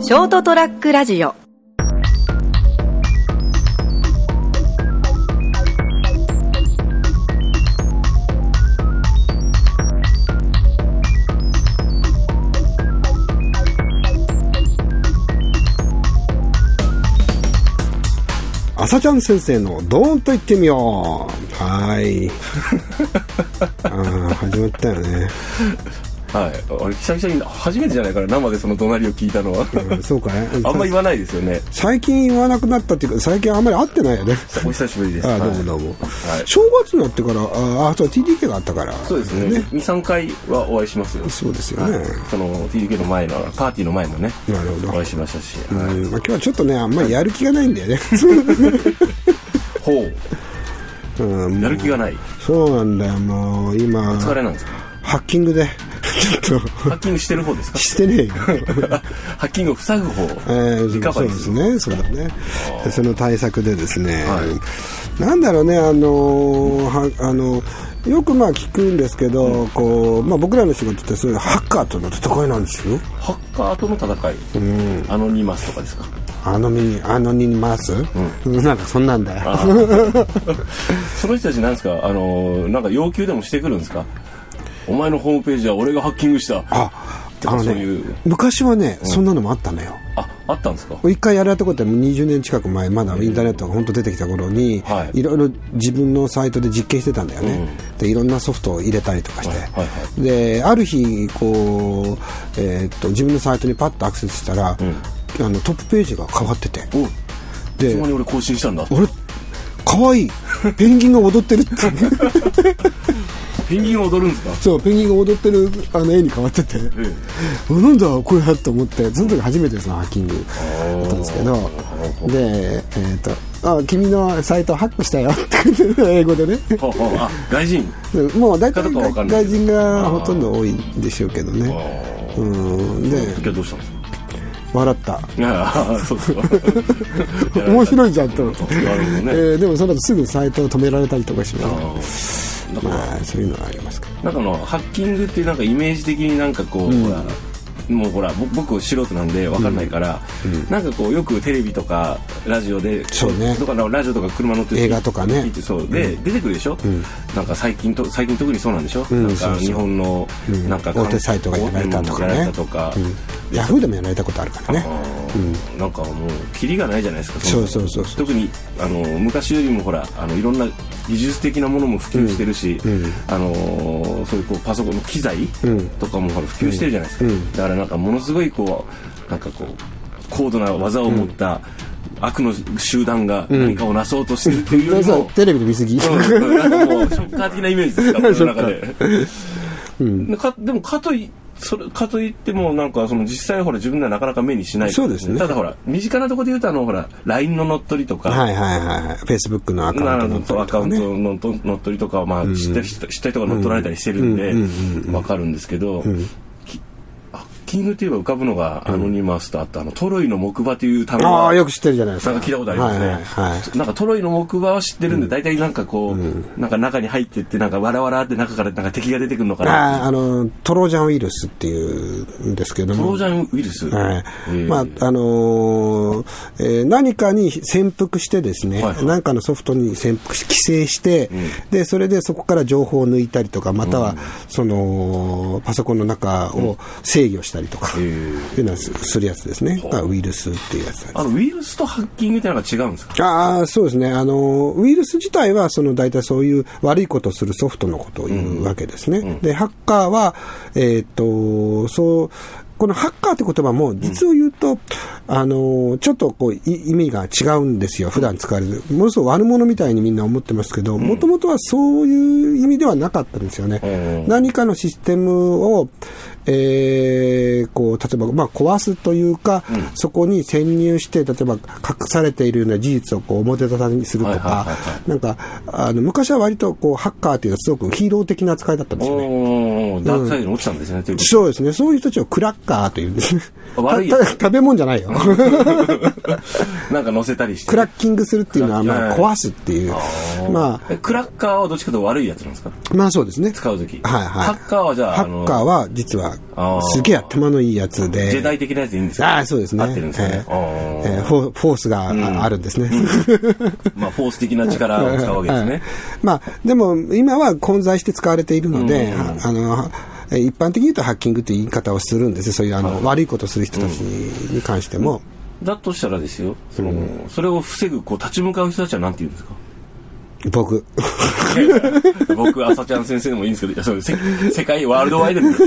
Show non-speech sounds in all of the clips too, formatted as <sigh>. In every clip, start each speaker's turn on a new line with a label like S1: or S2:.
S1: ショートトラックラジオ
S2: 朝ちゃん先生のドーンと言ってみようは
S3: <laughs>
S2: ーいあー始まったよね、
S3: はい、あれ久々に初めてじゃないから生でその怒鳴りを聞いたのは
S2: うんそうかい
S3: あんま言わないですよね
S2: 最近言わなくなったっていうか最近あんまり会ってないよね
S3: お久しぶりです
S2: あー
S3: は
S2: ど
S3: いう
S2: もどうも、
S3: はい
S2: 正月になってからあーあそう TDK があったから
S3: そうですね23回はお会いしますよ
S2: そうですよ
S3: はい
S2: ね、
S3: その TDK の前のパーティーの前もね
S2: なるほど
S3: お会いしましたし、
S2: うん
S3: はい
S2: まあ、今日はちょっとねあんまりやる気がないんだよね、
S3: ほ
S2: うん
S3: うやる気がない
S2: そうなんだよもう今
S3: 疲れなんですか
S2: ハッキングでちょっ
S3: ハッキングしてる方です
S2: <laughs> と
S3: か
S2: して
S3: <laughs>
S2: ねえよ
S3: ハッキングを塞ぐ方
S2: えー
S3: リカバ
S2: そう
S3: リー
S2: ですす
S3: る
S2: ね、そうだね。でその対策でですね、
S3: は
S2: なんだろうね、あのーはあのよくまあ聞くんですけど、こうまあ、僕らの仕事ってそういうハッカーとの戦いなんですよ。
S3: ハッカーとの戦い、アノニマスとかですか
S2: あのにあのに回す、うん、 <laughs> なんかそんなんだよ。
S3: その人たちなんですかあのなんか要求でもしてくるんですかお前のホームページは俺がハッキングした
S2: あ、
S3: と
S2: あ
S3: か
S2: の
S3: そう
S2: ね
S3: いう、
S2: 昔はね、そんなのもあったのよ。
S3: ああったんですか
S2: 一回やられたことはもう20年近く前まだインターネットが本当出てきた頃に、、
S3: はいい
S2: ろいろ自分のサイトで実験してたんだよね、でいろんなソフトを入れたりとかして、
S3: はいはいは
S2: である日こう、えーっと自分のサイトにパッとアクセスしたら、あのトップページが変わってて
S3: おいいつ
S2: で
S3: まに俺更新したんだ
S2: 俺かわいいペンギンが踊ってるって
S3: <laughs> ペンギンが踊るんですか
S2: そうペンギンが踊ってるあの絵に変わってて、
S3: え
S2: あ <laughs> なんだこれだと思ってその時初めてそのハッキングだったんですけどで、えっとあ君のサイトハックしたよって英語でね <laughs>
S3: えほうほうあ外人
S2: もう大体
S3: 方かわかんない
S2: 外人がほとんど多いんでしょうけどねうんで
S3: 今日どうしたんですか <laughs>
S2: 笑った
S3: ああそうですか
S2: 面白いじゃんと思って、
S3: <laughs> なるほどね
S2: えーでもその後すぐサイトを止められたりとかしま
S3: あ
S2: す
S3: ーだから
S2: まあそういうのはありますか
S3: なんかあのハッキングってなんかイメージ的になんかこう、ほらもうほらぼ僕素人なんでわかんないから、なんかこうよくテレビとかラジオで
S2: そうね
S3: とかラジオとか車乗ってる
S2: 映画とかね
S3: 聞いてそうで、出てくるでしょ、なんか最近と最近特にそうなんでしょ、
S2: ん
S3: なん
S2: そう
S3: か
S2: そう
S3: 日本の
S2: ん
S3: なんか、
S2: 大手サイトがやられたとかね
S3: やられたとか
S2: ヤフーでもやられたことあるからね
S3: うんなんかもうキリがないじゃないですかの
S2: そうそうそうそう
S3: 特にあの昔よりもほらあのいろんな技術的なものも普及してるし、あのそういうこうパソコンの機材とかもほら普及してるじゃないですか、だからなんかものすごいこうなんかこう高度な技を持った悪の集団が何かをなそうとしてるっていうよ
S2: そう
S3: りも、
S2: そうテレビで見過ぎ
S3: うんなんかもうショッカー的なイメージですから、この中で。かでもかといそれかといってもなんかその実際ほら自分ではなかなか目にしない
S2: そうですね
S3: ただほら身近なところで言うとあのほら LINE の乗っ取りと
S2: <laughs>
S3: か、
S2: はいはいはいはいフェイスブックのアカウン
S3: な
S2: ト
S3: る
S2: の
S3: ほどアカウントの乗っ乗っ取りとかはまあ知ったり知ったりとか乗っ取られたりしてるんでわかるんですけど、きハッキングといえば浮かぶのがアノニマスとあとあのトロイの木馬という単語
S2: あ
S3: が
S2: あよく知ってるじゃないです
S3: な
S2: か
S3: んか聞いたことありますね、
S2: はいはいはい
S3: なんかトロイの木馬は知ってるんで、大体なんかこう、なんか中に入ってってなんかわらわらって中からなんか敵が出てくるのか
S2: あー
S3: な
S2: あのトロジャンウイルスっていうんですけど
S3: トロ
S2: も
S3: ージャンウイルス、
S2: はい
S3: えー
S2: まああのーえー何かに潜伏してですね、
S3: はいはい
S2: 何かのソフトに潜伏し寄生して、でそれでそこから情報を抜いたりとかまたは、そのパソコンの中を制御したりとか、
S3: え
S2: っていうのはすするやつですね、あウイルスっていうやつなんです
S3: あのウイルスとハッキングってなんか違うんですか
S2: ああそうですねあの、ウイルス自体はその大体そういう悪いことをするソフトのことを言うわけですね、でハッカーは、えーっとそうこのハッカーって言葉も実を言うと、あのちょっとこうい意味が違うんですよ普段使われるものすごく悪者みたいにみんな思ってますけどもともとはそういう意味ではなかったんですよね、
S3: うん
S2: 何かのシステムを、えーこう例えば、まあ、壊すというか、そこに潜入して例えば隠されているような事実をこう表沙汰にすると
S3: はいは
S2: か
S3: いはいは
S2: なんかあの昔は割とこうハッカーっていうのはすごくヒーロー的な扱いだったんですよね。
S3: おーダークサイドに落ちたんですね、ということ
S2: そうですね。そういう人たちをクラッカーというんですね。
S3: 悪い
S2: たた食べ物じゃないよ。
S3: なんか乗せたりして
S2: クラッキングするっていうのは、まあ、壊すっていう。ま
S3: えクラッカーはどっちかというと悪いやつなんですか
S2: あ、まあそうですね。
S3: 使う時
S2: はいはい。
S3: ハッカーはじゃあ
S2: ハッカーは実は
S3: あー
S2: すげえ頭のいいやつで。
S3: ジェダイ的なやつでいいんですか
S2: ああ、そうですね。
S3: 合ってるんですかね
S2: え。
S3: あ
S2: え
S3: ー
S2: えフォフォースがあ,、るんですね。 <laughs>
S3: まあ、フォース的な力を使うわけですね。
S2: まあ、でも、今は混在して使われているので、はあの、はえ一般的に言うとハッキングという言い方をするんですよそういうあの、悪いことをする人たちに関しても。
S3: だとしたらですよ、その、それを防ぐ、こう、立ち向かう人たちはなんて言うんですか
S2: 僕。 <laughs>
S3: 僕、朝ちゃん先生でもいいんですけどいや、そう、せ世界、ワールドワイドですよ。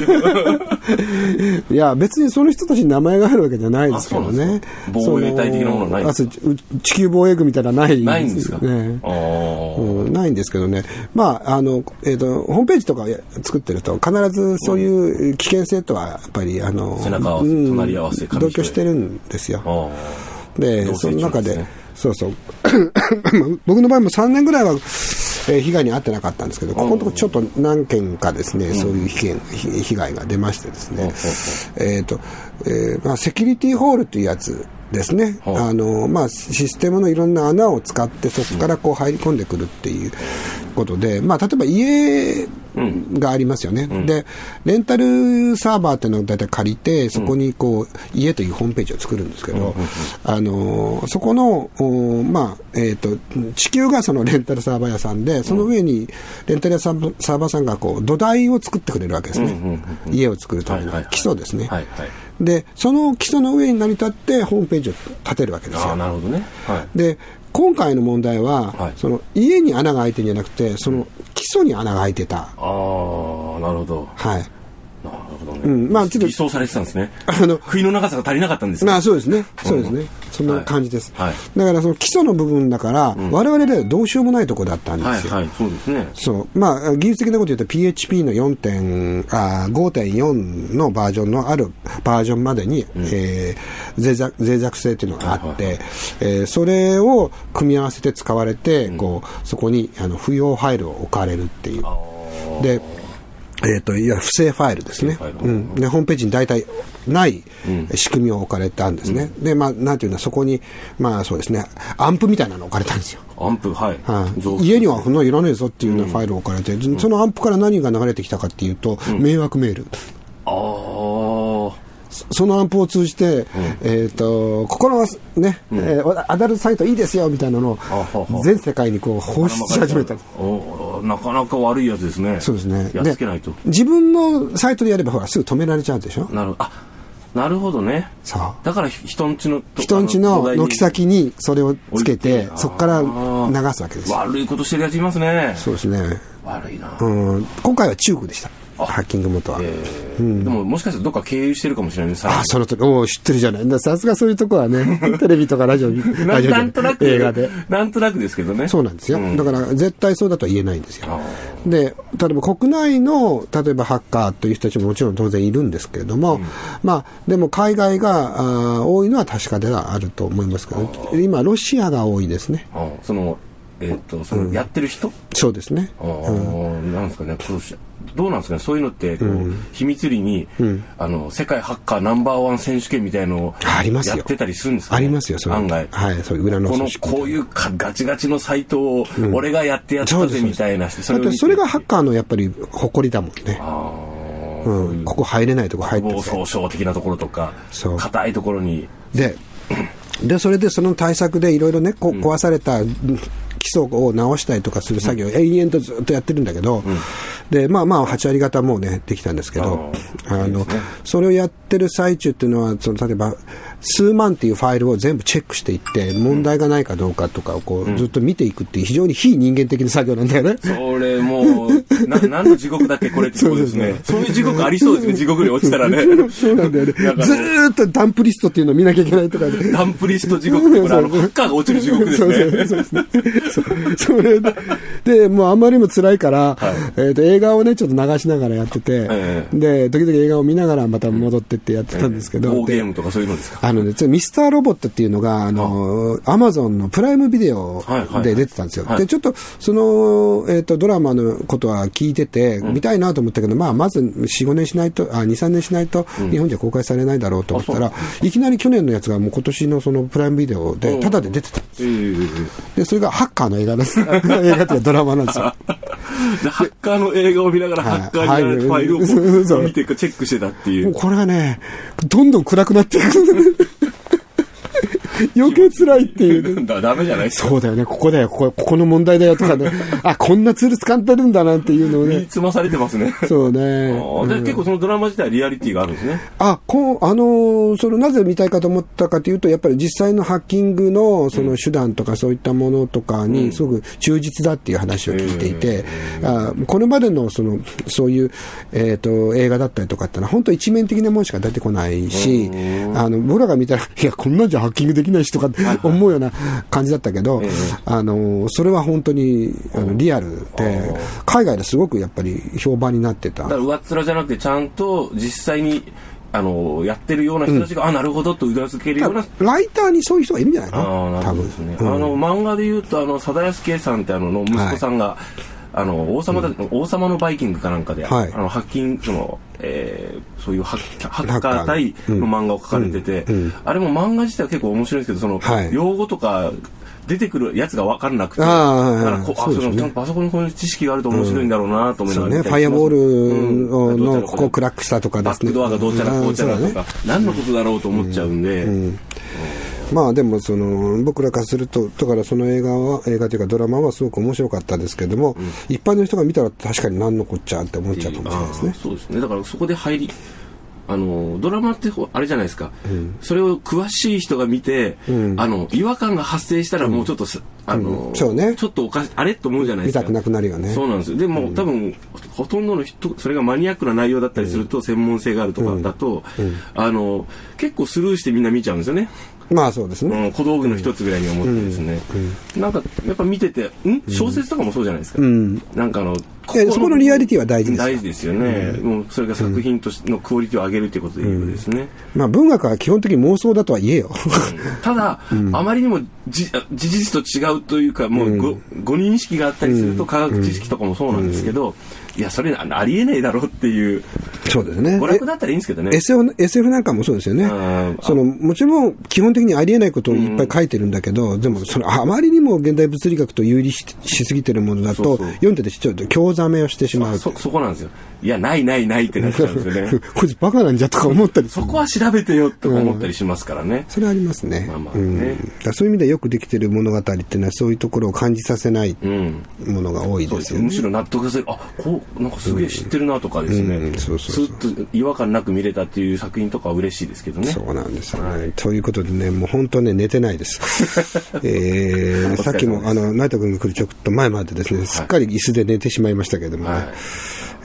S2: いや、別にその人たちに名前があるわけじゃないですけど
S3: あそうなん
S2: ね
S3: ですか。防衛隊的なものはないんです
S2: そのあそう地球防衛軍みたいなのはない
S3: ないんですか、
S2: ね
S3: あー
S2: うんないんですけどね、まああのえー、とホームページとか作ってると、必ずそういう危険性とはやっぱり、あの
S3: 背中合わせ
S2: うん
S3: 隣り合わせ紙一重
S2: 同居してるんですよ
S3: あ。ー。
S2: で、
S3: 同棲
S2: その中で、
S3: 中ですね
S2: そうそう、 <coughs> 僕の場合も3年ぐらいは、えー被害に遭ってなかったんですけど、ここのとこちょっと何件かですね、そういう被害被被害が出ましてですね、えっ、と、えーまあ、セキュリティホールというやつですね、
S3: うん
S2: あの、まあ、システムのいろんな穴を使って、そこからこう入り込んでくるっていうことで、まあ、例えば家がありますよね。で、レンタルサーバーっていうのを大体借りて、そこにこう、家というホームページを作るんですけど、あの、そこの、おまあ、えっ、と、地球がそのレンタルサーバー屋さんで、その上にレンタルサーバーサーバーさんがこう、土台を作ってくれるわけです
S3: うんうんうん
S2: ね。家を作るため
S3: はいはい
S2: の
S3: はい
S2: 基礎ですね。
S3: はいはい。
S2: で、その基礎の上に成り立って、ホームページを建てるわけです
S3: ああ、
S2: よ。
S3: なるほどね。はい。
S2: で今回の問題は、
S3: はい
S2: その家に穴が開いてんじゃなくてその基礎に穴が開いてた、
S3: ああ、なるほど。
S2: はい、
S3: なるほどね。
S2: うんまあちょっと
S3: 偽装されてたんですね。
S2: あの
S3: 杭の長さが足りなかったんですね
S2: まあそうですねそうですね、
S3: うん
S2: そんな感じです、
S3: はいはい
S2: だからその基礎の部分だから、我々ではどうしようもないとこだったんですよ、
S3: はいはい、そうですね。
S2: そう。まあ、技術的なこと言うと PHP の4点、あー5.4のバージョンのあるバージョンまでに、えー脆弱、脆弱性というのがあって、えーそれを組み合わせて使われて、こう、そこに、あの、不要ファイルを置かれるっていう。で、えっ、と、いわゆる不正ファイルですね。
S3: 不正ファイ
S2: う
S3: ル
S2: ん。で、ホームページに大体ない仕組みを置かれたんですね。で、まあ、なんていうのは、そこに、まあそうですね、アンプみたいなのを置かれたんですよ。
S3: アンプ、はい。
S2: は
S3: 増
S2: い、
S3: 幅
S2: 家にはこんなのいらねえぞっていうようなファイルを置かれて、そのアンプから何が流れてきたかっていうと、迷惑メール。
S3: ああ。
S2: そそのアンプを通じて、えっ、と、ここのね、えーアダルトサイトいいですよみたいなの
S3: あはは
S2: を全世界にこう放出し始めた。
S3: おーなかなか悪いやつですね。
S2: そうですね。
S3: やっつけないと
S2: で。自分のサイトでやればほら、すぐ止められちゃうでしょ
S3: なるほど。あ、なるほどね。
S2: そう。
S3: だからひ人んちのと、 <laughs>
S2: 人んち
S3: あ土
S2: の
S3: 台に
S2: 軒先にそれをつけて、そこから流すわけです。
S3: 悪いことしてるやついますね。
S2: そうですね。
S3: 悪いな。
S2: うん、今回は中国でした。ハッキング元は。
S3: えーでも、もしかしたらどっか経由してるかもしれないです。
S2: あ、その通り。おー知ってるじゃない。ださすがそういうとこは
S3: <laughs>
S2: ね、テレビとかラジオ、
S3: な
S2: ラジオじゃい
S3: なんとなく、
S2: 映画で。
S3: なんとなくですけどね。
S2: そうなんですよ。だから、絶対そうだとは言えないんですよ。
S3: あ
S2: で、例えば国内の、例えばハッカーという人たちももちろん当然いるんですけれども、まあ、でも海外があー多いのは確かではあると思いますけど、今、ロシアが多いですね。
S3: あその、えーっと、その、やってる人
S2: そうですね。
S3: あーなんですかね、こうどうなんですかね、そういうのって、こう秘密裏に、あの、世界ハッカーナンバーワン選手権みたいのを、
S2: あります
S3: や
S2: よ
S3: ってたりするんですか
S2: あ
S3: ね
S2: りますよ、そういう
S3: 案外。
S2: はい、そういう裏の
S3: この
S2: 組、織
S3: こういうかガチガチのサイトを、俺がやってやっ
S2: そ
S3: た
S2: うです
S3: ぜみたいな、
S2: だ
S3: を
S2: って、それがハッカーのやっぱり誇りだもんね。
S3: あー
S2: うん、ここ入れないとこ入って
S3: 国防
S2: る
S3: 総省的なところとか
S2: そう、
S3: 硬いところに、
S2: で、で、それでその対策でいろいろね、こ壊されたうん基礎を直したりとかする作業、延々とずっとやってるんだけど、で、まあまあ、8割方もうね、できたんですけど、
S3: あー
S2: あ
S3: いいで
S2: の
S3: すね、
S2: それをやってる最中っていうのは、その例えば、数万っていうファイルを全部チェックしていって、問題がないかどうかとかをこう、ずっと見ていくっていう、非常に非人間的な作業なんだよね。
S3: それもう、 <laughs> な、何の地獄だっけこれってこうですね。そういう地獄ありそうですね、地獄に落ちたらね。
S2: そうなんだよね。 <laughs> ず
S3: <laughs> なんかね
S2: ーっとダンプリストっていうのを見なきゃいけないとかね。
S3: ダンプリスト地獄って、これあの、ハッカーが落ちる地獄ですね。
S2: そうそうそうですね。そうそれで、でもうあんまりにも辛いから、えーと映画をね、ちょっと流しながらやってて、
S3: え
S2: で、時々映画を見ながらまた戻ってってやってたんですけど、
S3: 大ゲー
S2: で
S3: ムとかそういうのですか
S2: あのね、ちょミスターロボットっていうのが、あの、アマゾンのプライムビデオ
S3: はいはいはい
S2: で出てたんですよ。
S3: はい
S2: で、ちょっと、その、えっ、と、ドラマのことは聞いてて、見たいなと思ったけど、まあ、まず4、5年しないと、あ、2、3年しないと、日本じゃ公開されないだろうと思ったら、いきなり去年のやつがもう今年のそのプライムビデオで、タダで出てた。
S3: ええ <laughs>
S2: で、それがハッカーの映画なんです。映画っていうかドラマなんですよ。
S3: でハッカーの映映画を見ながらハッカーになられてフ
S2: は
S3: ァ
S2: い
S3: イルを
S2: そうそうそう
S3: 見ていくチェックしてたってい
S2: もう
S3: う。
S2: これがね、どんどん暗くなっていく。 <laughs> 余計辛いっていうね。
S3: <laughs> だダメじゃないですか。
S2: そうだよね、ここだよ、ここ、ここの問題だよとか
S3: <laughs>
S2: ね。あ、こんなツール使ってるんだなっていうのを
S3: 身
S2: ね
S3: <laughs> に。つまされてますね。
S2: そうね。
S3: あ
S2: う
S3: ー
S2: ん
S3: で結構そのドラマ自体リアリティがあるんですね。
S2: あ、こう、あのーその、なぜ見たいかと思ったかというと、やっぱり実際のハッキングの、その手段とかそういったものとかに、すごく忠実だっていう話を聞いていて、あこれまでの、その、そういう、えっ、と、映画だったりとかってのは、本当一面的なものしか出てこないし、あの、僕らが見たら、 <laughs> いや、こんなんじゃハッキングできないしとかって思うような感じだったけど、あのーそれは本当に、あの、リアルで、海外ですごくやっぱり評判になってた
S3: だか。ら上っ面じゃなくてちゃんと実際にあのやってるような人たちが、あなるほどと裏付けるような
S2: ライターにそういう人がいるんじゃないの
S3: ああなるほどですね、あの漫画でいうとあの貞安圭さんってあのの息子さんが、あの王様だ、王様のバイキングかなんかで、
S2: はい
S3: あのハッキングその、えーそういうハッハ
S2: ハ
S3: ッ
S2: ッカ
S3: カ
S2: ー
S3: ー対の漫画を描かれてて、あれも漫画自体は結構面白いんですけどその、
S2: はい
S3: 用語とか出てくるやつが分かんなくて
S2: ああ
S3: だからこ
S2: そうですね
S3: あそのちゃんとパソコンにこういう知識があると面白いんだろうなと思いな
S2: そ
S3: が
S2: う
S3: ら
S2: ね、
S3: 見
S2: フ
S3: た
S2: ァ
S3: り
S2: イ
S3: し
S2: ア
S3: ます
S2: ボールを
S3: うん
S2: のここを暗くしたとかで
S3: バッ
S2: すね。
S3: クドアがどうちゃらこうちゃら
S2: うん
S3: と
S2: そうだ
S3: か
S2: ね、
S3: 何のことだろうと思っちゃうんで、
S2: まあでもその、僕らからすると、だからその映画は、映画というかドラマはすごく面白かったですけども、一般の人が見たら確かに何のこっちゃって思っちゃうかもしれないですね
S3: あー。そうですねだからそこで入りあのドラマってほあれじゃないですか、それを詳しい人が見て、あの違和感が発生したらもうちょっとす、あの、
S2: うんそうね
S3: ちょっとおかしあれと思うじゃないで
S2: 見
S3: すか
S2: たくなくなるよね。
S3: そうなんですよでも、多分ほとんどの人それがマニアックな内容だったりすると、専門性があるとかだと、あの結構スルーしてみんな見ちゃうんですよね
S2: まあそうですね。
S3: うん、小道具の一つぐらいに思ってですね、なんかやっぱ見ててん小説とかもそうじゃないですか、なんかあの
S2: えそこのリアリティは大事ですよ
S3: 大事ですよね、もうそれが作品としてのクオリティを上げるってことで言うとですね、
S2: まあ文学は基本的に妄想だとは言えよ。
S3: ただ、あまりにもじあ事実と違うというかもうご,、ご認識があったりすると科学知識とかもそうなんですけど、いやそれあありえないだろうっていう
S2: <laughs> そうですね
S3: 娯楽だったらいいんですけどね
S2: SF, SF なんかもそうですよね
S3: ん。
S2: その、もちろん基本的にありえないことをいっぱい書いてるんだけど、でもそのあまりにも現代物理学と有利ししすぎてるものだと、
S3: そうそう
S2: 読んでてちょっと興ざめをしてしまう。
S3: そそこなんですよいやないないないってなっちゃうんですよ
S2: <laughs>
S3: ね
S2: こいつバカなんじゃとか思ったりす
S3: そ
S2: る。
S3: こは調べてよとか思ったりしますからね、
S2: それありますね。
S3: まあまあ
S2: う
S3: ね
S2: ん、だからそういう意味でよくできてる物語っていうのはそういうところを感じさせない
S3: ん
S2: ものが多い
S3: そう
S2: で
S3: ですす
S2: よ
S3: ね
S2: ね。
S3: むしろ納得するあこうなんかすげえ知ってるなとかですね、
S2: うんそうそう
S3: スッと違和感なく見れたっていう作品とかは嬉しいですけどね
S2: そうなんですよね、ということでね、もう本当ね、寝てない <laughs> です。え
S3: お
S2: ー、
S3: 疲れ様です
S2: さっきも、あの、成田君が来るちょっと前までですね、すっかり椅子で寝てしまいましたけれどもね、
S3: はい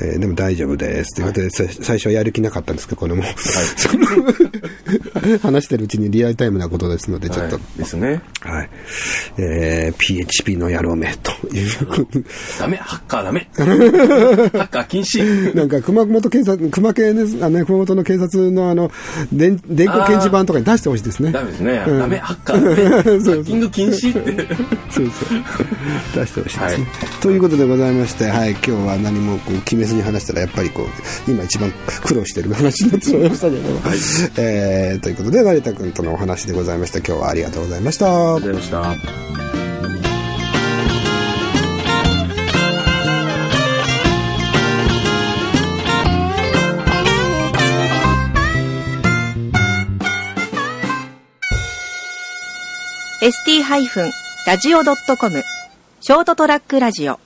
S2: えーでも大丈夫です。ということで、さ最初はやる気なかったんですけど、これも、 <laughs> その話してるうちにリアルタイムなことですので、ちょっと、
S3: は
S2: はい
S3: い、ですね
S2: えー、PHP の野郎めということ <laughs> で
S3: ダメハッカーダメハッカー禁止
S2: なんか熊本警察、熊系です、あのね、熊本の警察のあの、電電光掲示板とかに出してほしいですね。
S3: ダメですね、ダメハッカーダメ <laughs> ハッキング禁止って
S2: そうそう。 <laughs> 出してほしいですね、
S3: は
S2: ということでございまして、はい、今日は何もこう決めずに話したら、やっぱりこう、今一番苦労してる話になってしまいましたけども。えーということで、成田君とのお話でございました。今日はありがとうございました
S3: ありがとう。ございました
S1: ST-radio.com ショートトラックラジオ